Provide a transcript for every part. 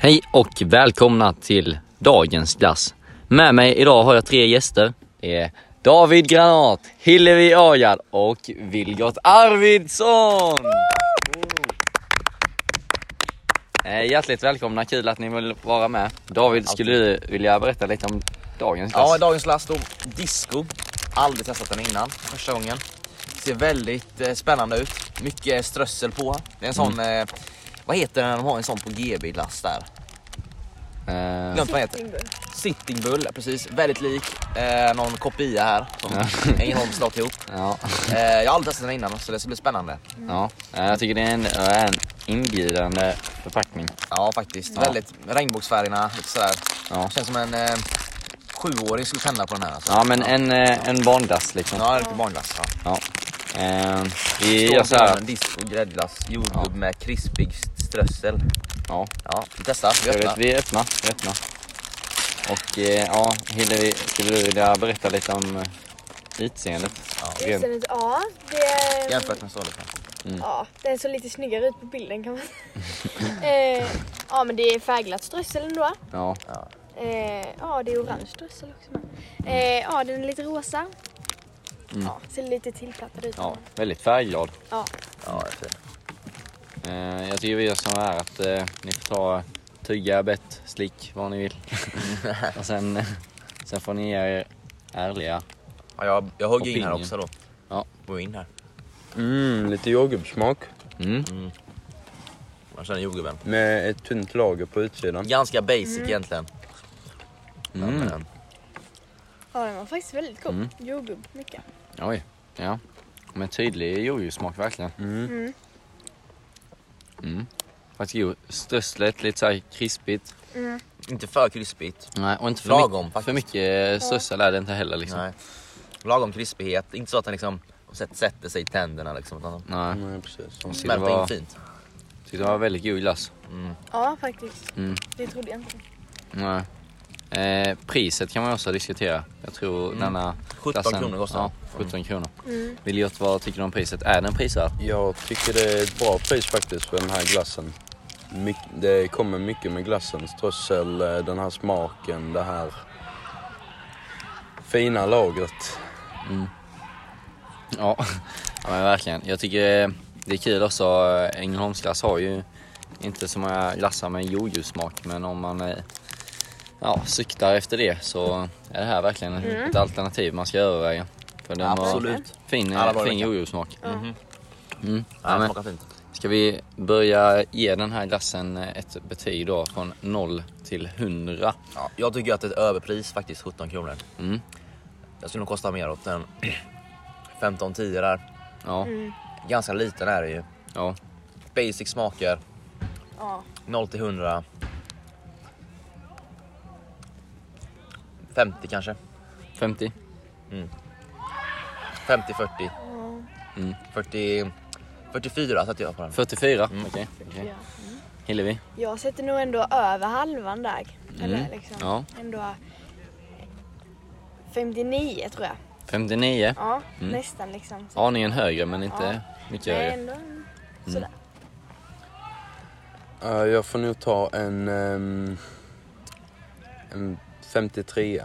Hej och välkomna till dagens glass. Med mig idag har jag tre gäster. Det är David Granat, Hillevi Öjad och Vilgot Arvidsson! Eh, Hjärtligt välkomna, kul att ni vill vara med. David, skulle du vilja berätta lite om dagens glass? Ja, dagens last om disco. Aldrig testat den innan, första gången. Ser väldigt eh, spännande ut. Mycket strössel på. Det är en sån, Mm. eh, vad heter den när de har en sån på GB-last där? Eh, Glömt vad den heter. Sitting Bull, ja, precis. Väldigt lik eh, någon kopia här som Ängelholm slagit ihop. ja. Eh, jag har aldrig testat den innan så det ska bli spännande. Ja, eh, jag tycker det är en, eh, en inbjudande förpackning. Ja faktiskt, väldigt regnbågsfärgerna lite sådär. Ja. Känns som en eh, sjuåring skulle känna på den här. Alltså. Ja men en, eh, en barnglass liksom. Ja, riktigt barnglass. Ja. Ja. Eh, vi gör Stål, så här. bananen, disk och gräddglass, jordgubb med krispig strössel. Ja, Ja, vi testar. Vi jag vet, öppnar. vi är öppna. Vi är öppna. Och eh, ja, Hillevi, skulle du vilja berätta lite om eh, utseendet? Rent- Utseendet, ja. Det är, Jämfört med stålet. ja. Den såg lite snyggare ut på bilden kan man säga. eh, ja men det är färgglatt strössel ändå. Ja, Eh, ja det är orange strössel också med. Eh, ja den är lite rosa. Ja, ser lite tillplattad ut. Mm. ja, väldigt färgglad. Ja. Ja, det är fint. Eh, jag tycker vi gör så här att eh, ni får ta tugga, bett, slick, vad ni vill. Och sen, eh, sen får ni ge er ärliga. Ja, jag, jag högg in här Opinion. också då. Ja. Går in här. Mm, lite jordgubbssmak Mm. Man känner jordgubben. med ett tunt lager på utsidan. Ganska basic egentligen. Men, Mm. eh, ja den var faktiskt väldigt god. Mm. Jordgubb mycket. Oj, ja. Med tydlig jordgubbssmak verkligen. Mm. Mm. Mm. Faktiskt god. Strösslet lite såhär krispigt. Mm. inte för krispigt. Nej, och inte för, Lagom, mycket, faktiskt. för mycket eh, strössel är det inte heller liksom. Nej. Lagom krispighet. Inte så att den liksom sätt- sätter sig i tänderna liksom. Utan den Nej. Nej, precis. Jag tyckte det smälter var, in fint. tyckte det var väldigt alltså. god glass. Ja faktiskt. Mm. Det trodde jag inte. Nej. Eh, priset kan man också diskutera. Jag tror denna 17 glassen- Mm. kronor kostar ja, den. 17 kronor. Mm. Viljot, vad tycker du om priset? Är den prisvärd? Jag tycker det är ett bra pris faktiskt för den här glassen. Myck- det kommer mycket med glassen. Strössel, eh, den här smaken, det här fina lagret. Ja. ja, men verkligen. Jag tycker eh, det är kul också. eh, Ängelholmsglass har ju inte så många glassar med jordgubbssmak, men om man eh, ja, suktar efter det så är det här verkligen Mm. ett alternativ man ska överväga. För den har Absolut. fin, eh, Alla dagar i fin veckan. jordgubbssmak. Ja. Mm. Ja, Ja, den men, smakar fint. ska vi börja ge den här glassen eh, ett betyg då från 0 till 100? Ja, jag tycker att det är ett överpris faktiskt, 17 kronor. Mm. Jag skulle nog kosta mer åt en 15-10 där. Ja, Ganska liten är det ju. ja, Basic smaker, Ja. 0 till 100. 50 kanske. 50. 50, 40. Mm. 40 44 satte jag på den. 44? Okej. Ja. okej. Hillevi? Jag sätter nog ändå över halvan där. Eller Mm. liksom Ja. ändå 59 tror jag. 59? Ja, Mm. nästan liksom. Så. Aningen högre men inte mycket Nej, högre. ändå sådär. Eh, jag får nog ta en, ehm, en 53.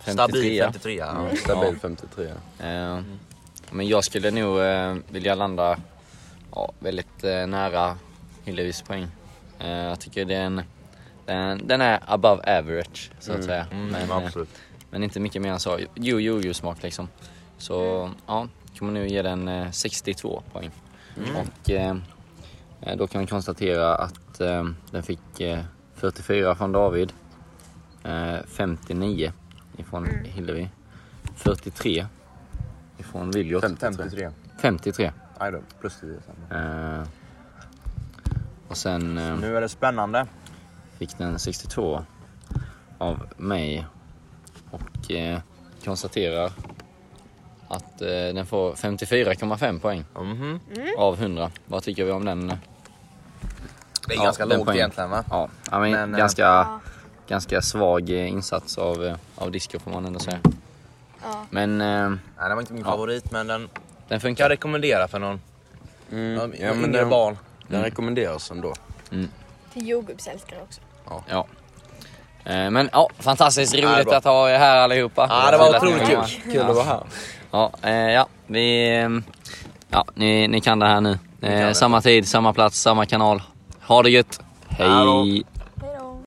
53. Stabil 53. Ja. Stabil Ja. 53. Eh, men jag skulle nog eh, vilja landa ja, väldigt eh, nära Hillevis poäng. Eh, jag tycker den, den, den är above average så att säga. Mm, men, eh, men inte mycket mer än så. Jo, jo, jo smak liksom. Så ja, kommer nu ge den eh, 62 poäng. Och eh, eh, då kan vi konstatera att eh, den fick eh, 44 från David. Eh, 59 ifrån Hillevi. 43 ifrån Viljot. 53. 53. Aj då, plus 10. Eh, och sen eh, Nu är det spännande. fick den 62 av mig och eh, konstaterar att eh, den får 54,5 poäng Mhm. Mm. av 100. Vad tycker vi om den? eh, Det är Ja, ganska den lågt poängen. egentligen va? Ja, ja, men, Men, eh, ganska, ja. ganska svag eh, insats av, eh, av disco får man ändå säga. Ja. Men eh, Nej, det var inte min Ja. favorit men den kan den jag funkar. rekommendera för någon Mm, någon ja, men yngre den, barn. den rekommenderas ändå. Till jordgubbsälskare också. Ja. Eh, Men ja, fantastiskt det roligt var- att ha er här allihopa. Ja, det var Kul att ni otroligt var kul. Kul att vara här. Ja, eh, ja, vi... ehm, Ja, ni, ni kan det här nu. kan Eh, det. samma tid, samma plats, samma kanal. Ha det gött. Hej! Hallå.